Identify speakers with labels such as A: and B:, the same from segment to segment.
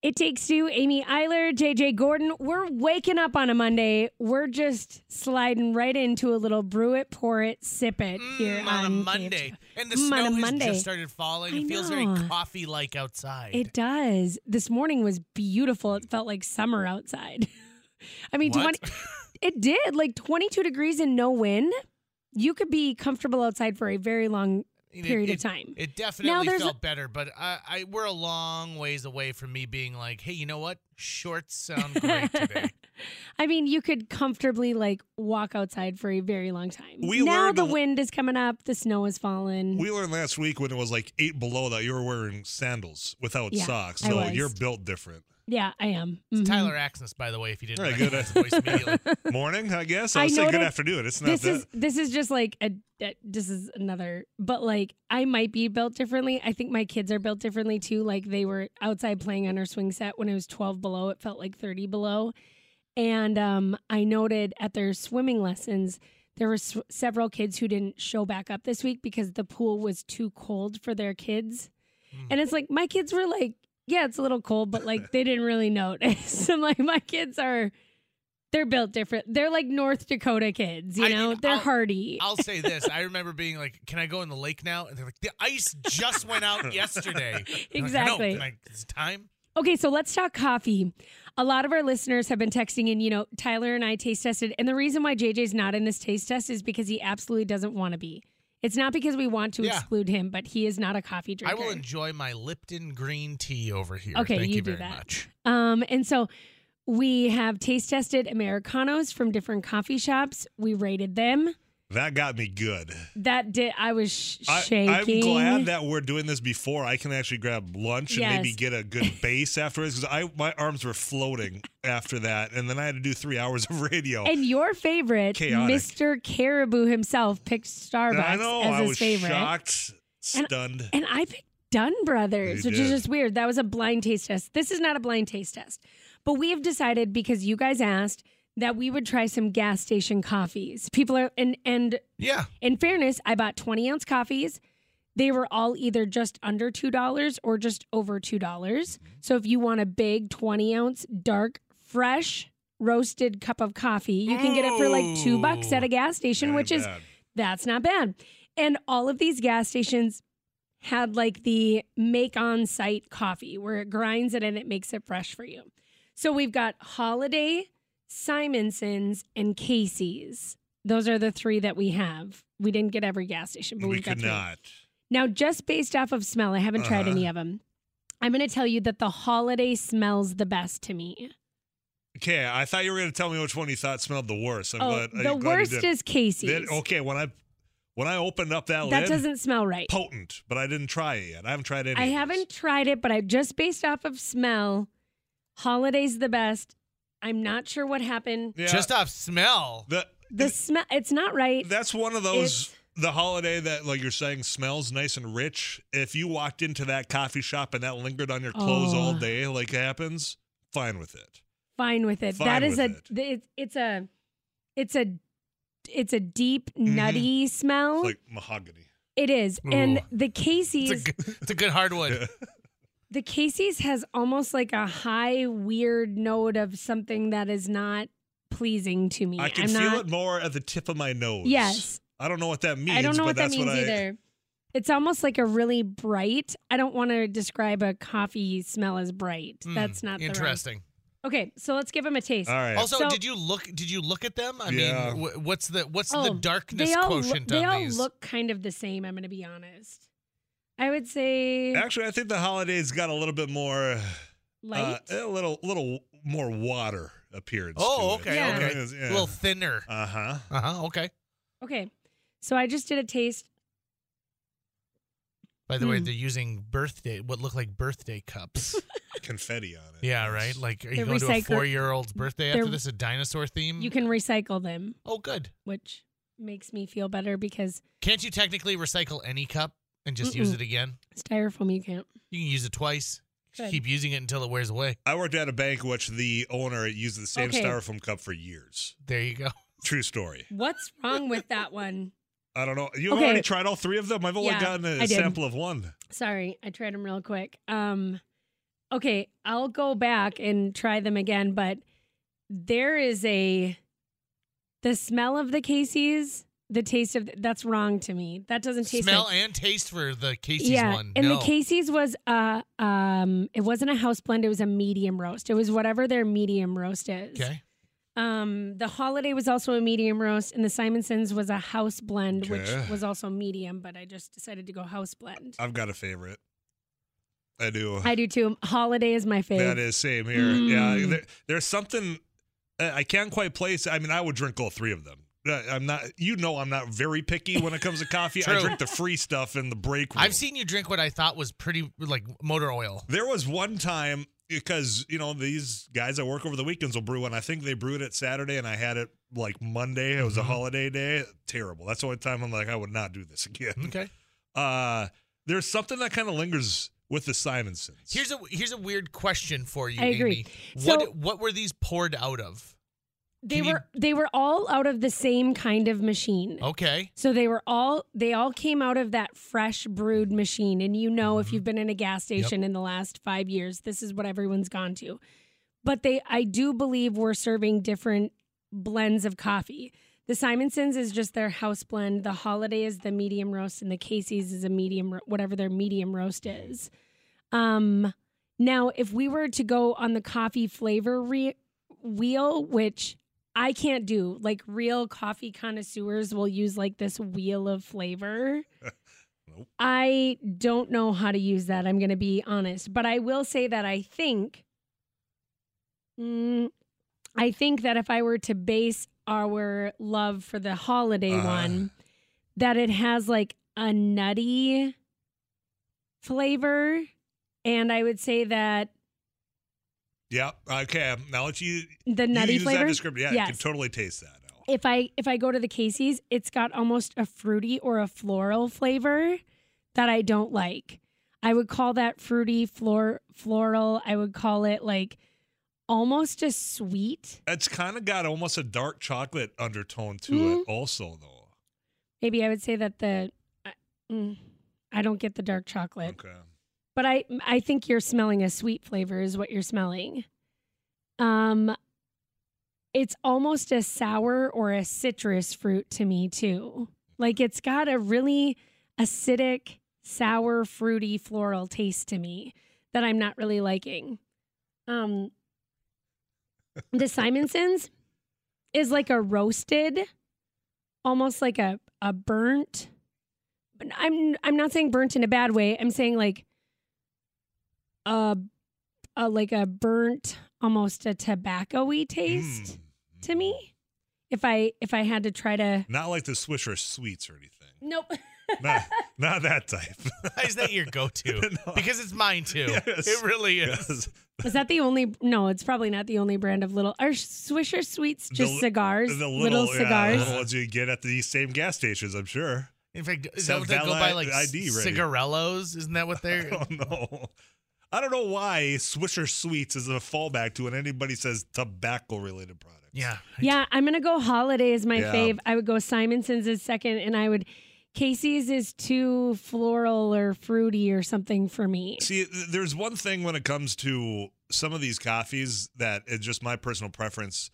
A: It takes two, Amy Eiler, JJ Gordon. We're waking up on a Monday. We're just sliding right into a little brew it, pour it, sip it here
B: Mm,
A: on,
B: on a
A: KFGO.
B: Monday, and the
A: Mm, on
B: snow
A: a
B: has
A: Monday.
B: just started falling.
A: I
B: it feels
A: know.
B: very coffee-like outside.
A: It does. This morning was beautiful. It felt like summer outside. I mean,
B: What?
A: 20, it did like 22 degrees and no wind. You could be comfortable outside for a very long
B: I mean, it-
A: period
B: it-
A: of time.
B: It
A: Now
B: definitely
A: there's-
B: felt better, but I, I we're a long ways away from me being like, hey, you know what? Shorts sound great today.
A: I mean, you could comfortably like walk outside for a very long time.
C: We
A: now
C: learned
A: the
C: a l-
A: wind is coming up, the snow is falling.
C: We learned last week when it was like eight below that you were wearing sandals without
A: Yeah,
C: socks.
A: I
C: So
A: was.
C: you're built different.
A: yeah, I am. Mhm.
B: Tyler Axness, by the way, if you didn't
C: All right, good.
B: recognize the voice immediately.
C: Morning, I guess.
A: I
C: I'll say good
A: noticed-
C: afternoon. It's not
A: This
C: that.
A: is this is just like a, a this is another but like I might be built differently. I think my kids are built differently too. Like they were outside playing on our swing set when it was 12 below, it felt like 30 below. And um I noted at their swimming lessons there were s- several kids who didn't show back up this week because the pool was too cold for their kids.
B: Hmm.
A: And it's like my kids were like, yeah, it's a little cold, but like they didn't really notice. I'm like, my kids are they're built different. They're like North Dakota kids, you
B: I
A: know?
B: mean,
A: they're
B: I'll-
A: hardy.
B: I'll say this. I remember being like, can I go in the lake now? And they're like, the ice just went out yesterday. I'm like, "I know."
A: Exactly.
B: I'm Like, it's time.
A: Okay, so let's talk coffee. A lot of our listeners have been texting in, you know, Tyler and I taste tested. And the reason why JJ's not in this taste test is because he absolutely doesn't want to be. It's not because we want to
B: Yeah.
A: exclude him, but he is not a coffee drinker.
B: I will enjoy my Lipton green tea over here.
A: Okay,
B: Thank
A: you
B: you,
A: do
B: very
A: that.
B: much.
A: Um, and so we have taste tested Americanos from different coffee shops. We rated them.
C: that got me good.
A: That did I was sh-
C: I,
A: shaking.
C: I'm glad that we're doing this before I can actually grab lunch and maybe
A: Yes.
C: get a good base afterwards because I my arms were floating after that, and then I had to do three hours of radio.
A: and your favorite,
C: Chaotic.
A: Mr. Caribou himself, picked Starbucks
C: I know
A: as
C: I
A: his
C: was
A: favorite.
C: shocked,
A: And-
C: stunned.
A: And I picked Dunn Brothers,
C: You
A: which is
C: did.
A: just weird. That was a blind taste test. This is not a blind taste test. But we have decided because you guys asked that we would try some gas station coffees. People are and and
B: Yeah.
A: in fairness, I bought 20 ounce coffees. They were all either just under $2 or just over $2. dollars So if you want a big 20 ounce dark, fresh, roasted cup of coffee, you can get it for like two bucks at a gas station,
C: Not
A: which is
C: bad.
A: that's not bad. And all of these gas stations had like the make on site coffee where it grinds it and it makes it fresh for you. So we've got Holiday, Simonson's, and Casey's. Those are the three that we have. We didn't get every gas station, but
C: we
A: have got
C: could
A: three.
C: not.
A: Now, just based off of smell, I haven't tried
C: Uh-huh.
A: any of them. I'm going to tell you that the holiday smells the best to me.
C: Okay, I thought you were going to tell me which one you thought smelled the worst. I'm
A: oh,
C: glad. I'm
A: the
C: glad you
A: worst
C: did.
A: is Casey's.
C: Then- okay, when I when I opened up that,
A: that
C: lid,
A: doesn't smell right.
C: potent, but I didn't try it yet. I haven't tried any.
A: I
C: of these.
A: haven't tried it, but I've just based off of smell. Holiday's the best. I'm not sure what happened.
C: Yeah,
B: Just off smell.
C: the-
A: The smell, it's not right.
C: That's one of those the holiday that like you're saying smells nice and rich. If you walked into that coffee shop and that lingered on your clothes all
A: Oh.
C: day, like happens, fine with it.
A: fine with it.
C: Fine
A: that is
C: with
A: a, th- it's it's a, it's a, it's a deep nutty smell.
C: Mm-hmm. It's like mahogany.
A: it is, and
B: Ooh.
A: the Casey's,
B: It's a, good, it's a good hardwood.
A: the Casey's has almost like a high weird note of something that is not pleasing to me.
C: I can
A: am
C: feel
A: not,
C: it more at the tip of my nose.
A: Yes,
C: I don't know what that means.
A: I don't know
C: but
A: what that
C: that's
A: means
C: what I,
A: either. It's almost like a really bright. I don't want to describe a coffee smell as bright.
B: Hmm,
A: That's not the right-
B: interesting.
A: Okay, so let's give them a taste.
C: All right.
B: Also,
A: So-
B: did you look? Did you look at them? I
C: Yeah.
B: mean, wh- what's the what's
A: Oh,
B: the darkness
A: they all loo-
B: quotient
A: they
B: on
A: all
B: these?
A: look kind of the same. I'm going to be honest. I would say
C: Actually, I think the holidays got a little bit more, uh,
A: light.
C: a little, little more water appearance.
B: Oh,
C: to
B: okay,
A: Yeah.
B: okay. A little thinner.
C: Uh huh.
B: Uh huh. Okay.
A: okay, so I just did a taste.
B: By the way,
A: Hmm.
B: they're using birthday what look like birthday cups.
C: Confetti on it.
B: yeah, right. Like, are you
A: They're
B: going to a
A: recycl-
B: four-year-old's birthday after
A: they're-
B: this? A dinosaur
C: Hmm.
B: theme?
A: You can recycle them,
B: oh, good.
A: which makes me feel better because
B: Can't you technically recycle any cup and just use
A: Mm-mm.
B: it again?
A: styrofoam you can't.
B: You can use it twice. Just
A: Good.
B: Keep using it until it wears away.
C: I worked at a bank which the owner used the same
A: Okay.
C: styrofoam cup for years.
B: There you go.
C: True story.
A: What's wrong with that one?
C: I don't know. You've
A: Okay.
C: already tried all three of them. I've only
A: Yeah,
C: gotten
A: I
C: a
A: did.
C: sample of one.
A: Sorry, I tried them real quick. Um, okay, I'll go back and try them again, but there is a the smell of the Casey's, the taste of that's wrong to me. That doesn't taste
B: Smell
A: like,
B: and taste for the Casey's
A: yeah,
B: one.
A: and
B: no.
A: the Casey's was uh um it wasn't a house blend, it was a medium roast. It was whatever their medium roast is.
B: Okay.
A: Um, the holiday was also a medium roast, and the Simonsons was a house blend,
C: Okay.
A: which was also medium, but I just decided to go house blend.
C: I've got a favorite. I do.
A: I do too. Holiday is my favorite.
C: That is same here. Yeah,
A: Mm.
C: there, there's something uh, I can't quite place. I mean, I would drink all three of them. Uh, I'm not. You know, I'm not very picky when it comes to coffee. I
B: True.
C: drink the free stuff in the break room.
B: I've seen you drink what I thought was pretty like motor oil.
C: There was one time because you know these guys I work over the weekends will brew, and I think they brewed it Saturday, and I had it like Monday. It was a
B: Mhm.
C: holiday day. Terrible. That's the only time I'm like, I would not do this again.
B: Okay.
C: Uh, there's something that kind of lingers with the Simonsons.
B: Here's a here's a weird question for you,
A: I agree.
B: Amy.
A: So-
B: what what were these poured out of?
A: they
B: Can you-
A: were they were all out of the same kind of machine.
C: Oh.
B: Okay.
A: So they were all they all came out of that fresh brewed machine and you know if
C: Mm-hmm.
B: Mhm.
A: you've been in a gas station in the last 5 years this is what everyone's gone to. But they I do believe we're serving different blends of coffee. The Simonsons is just their house blend, the Holiday is the medium roast and the Casey's is a medium ro- whatever their medium roast is. Um now if we were to go on the coffee flavor re- wheel which I can't do. Like real coffee connoisseurs will use like this wheel of flavor.
C: Nope.
A: I don't know how to use that. I'm going to be honest, but I will say that I think, Mm, I think that if I were to base our love for the holiday
C: Uh-huh.
A: one, that it has like a nutty flavor, and I would say that
C: Yep. Okay. Now that you
A: the nutty
C: you use
A: flavor.
C: that description, yeah, you can
A: Yes.
C: totally taste that. now.
A: if I if I go to the Casey's, it's got almost a fruity or a floral flavor that I don't like. I would call that fruity, flor floral. I would call it like almost a sweet.
C: It's kind of got almost a dark chocolate undertone to it,
A: Mm-hmm.
C: also though.
A: Maybe I would say that the I, mm, I don't get the dark chocolate,
C: Okay.
A: but I I think you're smelling a sweet flavor is what you're smelling. Um it's almost a sour or a citrus fruit to me too. Like it's got a really acidic, sour, fruity, floral taste to me that I'm not really liking. Um the Simonsons is like a roasted, almost like a a burnt. but I'm I'm not saying burnt in a bad way. I'm saying like a, a like a burnt, almost a tobacco-y taste
C: Mm.
A: to me if i if i had to try to
C: Not like the Swisher sweets or anything.
A: nope
C: Not, not that type.
B: Why is that your go-to?
C: No.
B: Because it's mine too.
C: Yes.
B: It really is.
C: Yes.
A: is that the only no it's probably not the only brand of little are swisher sweets just
C: The-
A: cigars
C: The
A: little,
C: little, yeah, the
A: cigars
C: little ones you get at these same gas stations, I'm sure.
B: In fact, is
C: So
B: that what they go
C: Vela
B: by like
C: ID ready.
B: cigarellos? Isn't that what
C: I
B: they're?
C: don't know. I don't know why Swisher Sweets is a fallback to when anybody says tobacco related products.
B: yeah.
A: yeah i'm gonna go holiday is my
C: Yeah.
A: fave i would go simonson's is second and i would casey's is too floral or fruity or something for me
C: See, th- there's one thing when it comes to some of these coffees that it's just my personal preference.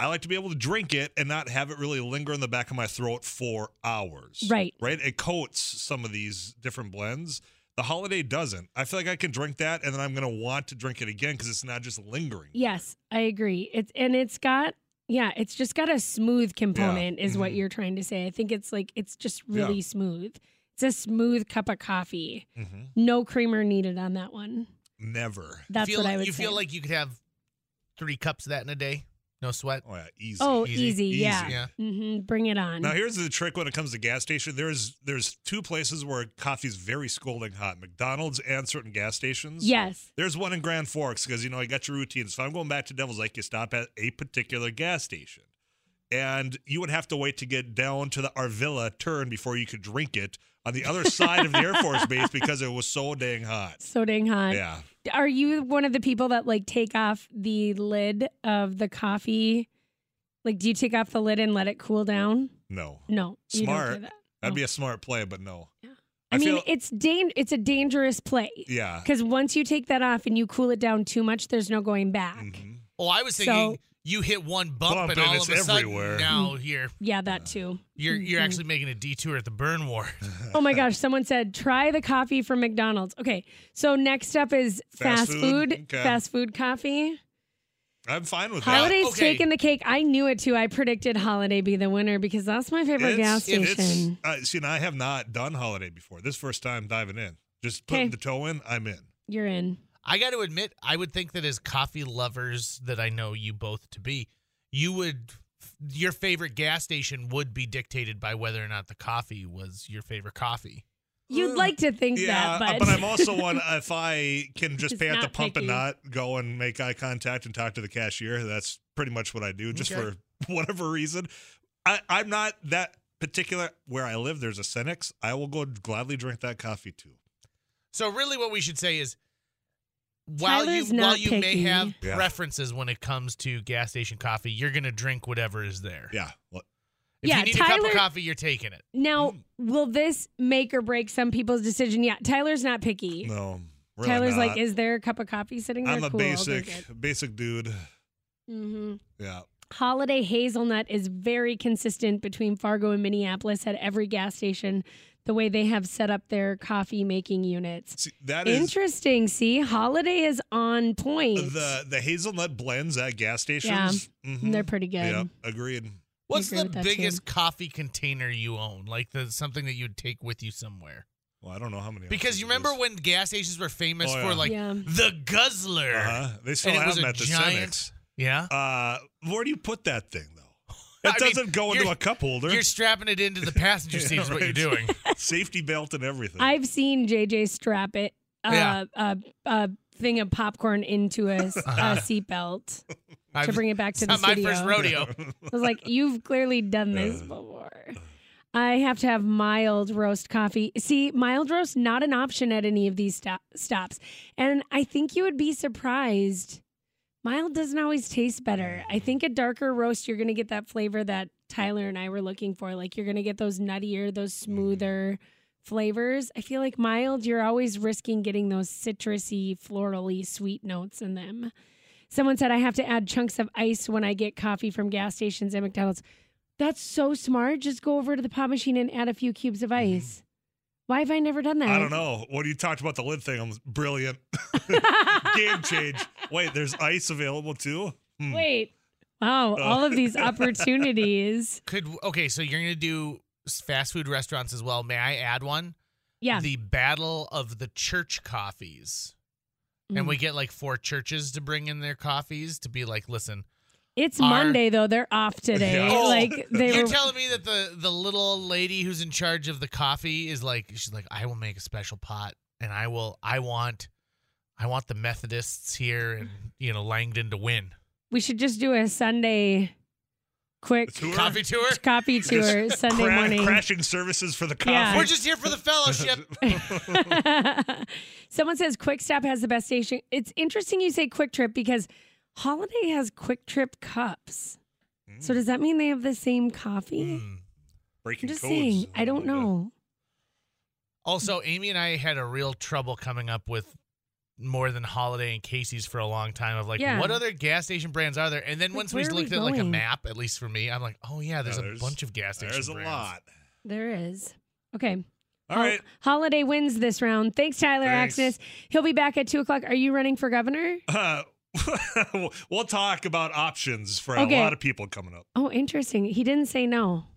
C: I like to be able to drink it and not have it really linger in the back of my throat for hours.
A: Right.
C: Right? It coats some of these different blends. The holiday doesn't. I feel like I can drink that and then I'm going to want to drink it again because it's not just lingering.
A: yes i agree it's and it's got yeah it's just got a smooth component is what
C: Mhm.
A: you're trying to say i think it's like it's just
C: Yeah.
A: really smooth it's a smooth cup of coffee
C: Mm-hmm.
A: No creamer needed on that one.
C: Never.
A: That's
B: feel
A: what
B: like,
A: I would
B: You
A: say.
B: feel like you could have three cups of that in a day, no sweat.
C: Oh, yeah. Easy.
A: oh,
B: easy,
A: easy, yeah.
B: easy. Yeah.
A: hmm Bring it on.
C: Now here's the trick when it comes to gas station. There's there's two places where coffee's very scalding hot: McDonald's and certain gas stations.
A: yes,
C: There's one in Grand Forks because you know I got your routine. So I'm going back to Devil's Lake. You stop at a particular gas station, and you would have to wait to get down to the Arvilla turn before you could drink it on the other side of the Air Force Base because it was so dang hot.
A: so dang hot.
C: Yeah,
A: Are you one of the people that like take off the lid of the coffee? Like, do you take off the lid and let it cool down?
C: no,
A: No, you don't do
C: Smart.
A: that.
C: that'd be a smart play, but no.
A: Yeah. I,
C: I
A: mean,
C: feel-
A: it's dan- It's a dangerous play
C: Yeah.
A: because once you take that off and you cool it down too much, there's no going back.
C: Mhm.
B: Oh, I was
A: So-
B: thinking you hit one bump,
C: Bump
B: and
C: and
B: all
C: it's
B: of a sudden
C: everywhere.
B: now here
A: Yeah, that too.
B: you're you're
A: Mhm.
B: actually making a detour at the burn war.
A: Oh my gosh, someone said try the coffee from McDonald's. Okay, so next up is
C: Fast
A: fast,
C: food?
A: food,
C: Okay.
A: fast food coffee.
C: I'm fine with that.
A: Holiday's
B: okay.
A: taking the cake. I knew it too. I predicted Holiday be the winner because that's my favorite gas
C: It's-
A: station.
C: It's, uh, see, and I have not done holiday before. This first time diving in, just putting
A: Okay.
C: the toe in, I'm in.
A: You're in.
B: I got to admit, I would think that as coffee lovers that I know you both to be, you would your favorite gas station would be dictated by whether or not the coffee was your favorite coffee.
A: You'd
C: Ooh.
A: like to think
C: Uh, yeah,
A: that,
C: uh,
A: but,
C: I'm also one. If I can just
A: It's
C: pay at the
A: not
C: pump
A: picky.
C: and not go and make eye contact and talk to the cashier, that's pretty much what I do, just
B: Okay.
C: for whatever reason. I, I'm not that particular. Where I live, there's a Cinex. I will go gladly drink that coffee too.
B: So really, what we should say is. While
A: Tyler's
B: you while
A: not
B: you may
A: picky.
B: have
C: Yeah.
B: preferences when it comes to gas station coffee, you're gonna drink whatever is there.
C: Yeah. Well,
B: If
A: Yeah,
B: you need a cup of
A: Tyler-
B: coffee, you're taking it.
A: now
C: Hmm.
A: will this make or break some people's decision? Yeah, Tyler's not picky.
C: no. Really
A: Tyler's
C: not.
A: like, is there a cup of coffee sitting there?
C: I'm a
A: cool,
C: basic, basic dude.
A: hmm
C: Yeah.
A: Holiday hazelnut is very consistent between Fargo and Minneapolis at every gas station. The way they have set up their coffee making units.
C: See, that is
A: Interesting. See, Holiday is on point.
C: the the hazelnut blends at gas stations. mhm.
B: mm-hmm.
A: And They're pretty good.
C: Yeah, agreed.
B: What's
A: agree
B: the
A: with that,
B: biggest coffee container you own? Like the something that you'd take with you somewhere?
C: Well, I don't know how many.
B: Because you remember when gas stations were famous
C: Oh, yeah.
B: for like uh,
A: Yeah.
B: the guzzler.
C: uh they still
B: And it
C: have
B: was
C: them
B: a
C: at the
B: giant-
C: Cinex.
B: Yeah.
C: Uh, where do you put that thing though? It
B: I mean,
C: doesn't go into
B: you're-
C: a cup holder.
B: You're strapping it into the passenger
C: Yeah,
B: seat is what you're
C: right.
B: doing.
C: Safety belt and everything.
A: I've seen JJ strap it, uh,
B: Yeah.
A: uh, uh, thing of popcorn into a, s-
B: Uh-huh.
A: a seatbelt to
B: I've-
A: bring it back to the
B: it's not my
A: studio.
B: first rodeo.
A: I was like, you've clearly done this
C: Uh.
A: before. I have to have mild roast coffee. See, mild roast not an option at any of these stop- stops, and I think you would be surprised. Mild doesn't always taste better. I think a darker roast, you're gonna get that flavor that Tyler and I were looking for. Like you're gonna get those nuttier, those smoother flavors. I feel like mild, you're always risking getting those citrusy, florally sweet notes in them. Someone said I have to add chunks of ice when I get coffee from gas stations and McDonald's. That's so smart. Just go over to the pop machine and add a few cubes of ice. Why have I never done that?
C: Mm-hmm. I don't know. When you talked about the lid thing, I'm brilliant. Game change. Wait, there's ice available too. Hmm.
A: Wait. Wow,
C: Uh.
A: all of these opportunities.
B: Could okay, so you're gonna do s- fast food restaurants as well. May I add one?
A: Yeah.
B: The Battle of the Church Coffees. And
A: Mm.
B: we get like four churches to bring in their coffees to be like, listen,
A: It's
B: are-
A: Monday though. They're off today.
C: Yeah. Oh.
A: Like they
B: You're
A: were
B: telling me that the the little old lady who's in charge of the coffee is like she's like I will make a special pot and I will I want I want the Methodists here and you know Langdon to win
A: we should just do a Sunday quick
C: Tour?
B: coffee tour.
A: copy tour Sunday
C: Cra-
A: morning.
C: Crashing services for the
A: Yeah.
B: We're
C: coffee.
B: just here for the fellowship.
A: Someone says Quick Stop has the best station. It's interesting you say Quick Trip because Holiday has Quick Trip cups. So does that mean they have the same coffee?
B: Mm.
A: I'm
C: Breaking
A: just
C: Hmm. codes.
A: saying. I don't know.
B: Also, Amy and I had a real trouble coming up with more than Holiday and Casey's for a long time of like
A: Yeah.
B: what other gas station brands are there? And then
A: Like,
B: once
A: where
B: we
A: are we
B: looked at like a
A: going?
B: map, at least for me, I'm like, oh yeah, there's
C: Yeah,
B: a
C: there's-
B: bunch of gas station.
C: There's a
B: brands.
C: lot.
A: There is. Okay.
C: All
A: Hol-
C: right.
A: Holiday wins this round. Thanks, Tyler
C: Thanks.
A: Axis. He'll be back at two o'clock. Are you running for governor?
C: Uh, we'll talk about options for
A: Okay.
C: a lot of people coming up.
A: Oh, interesting. He didn't say no.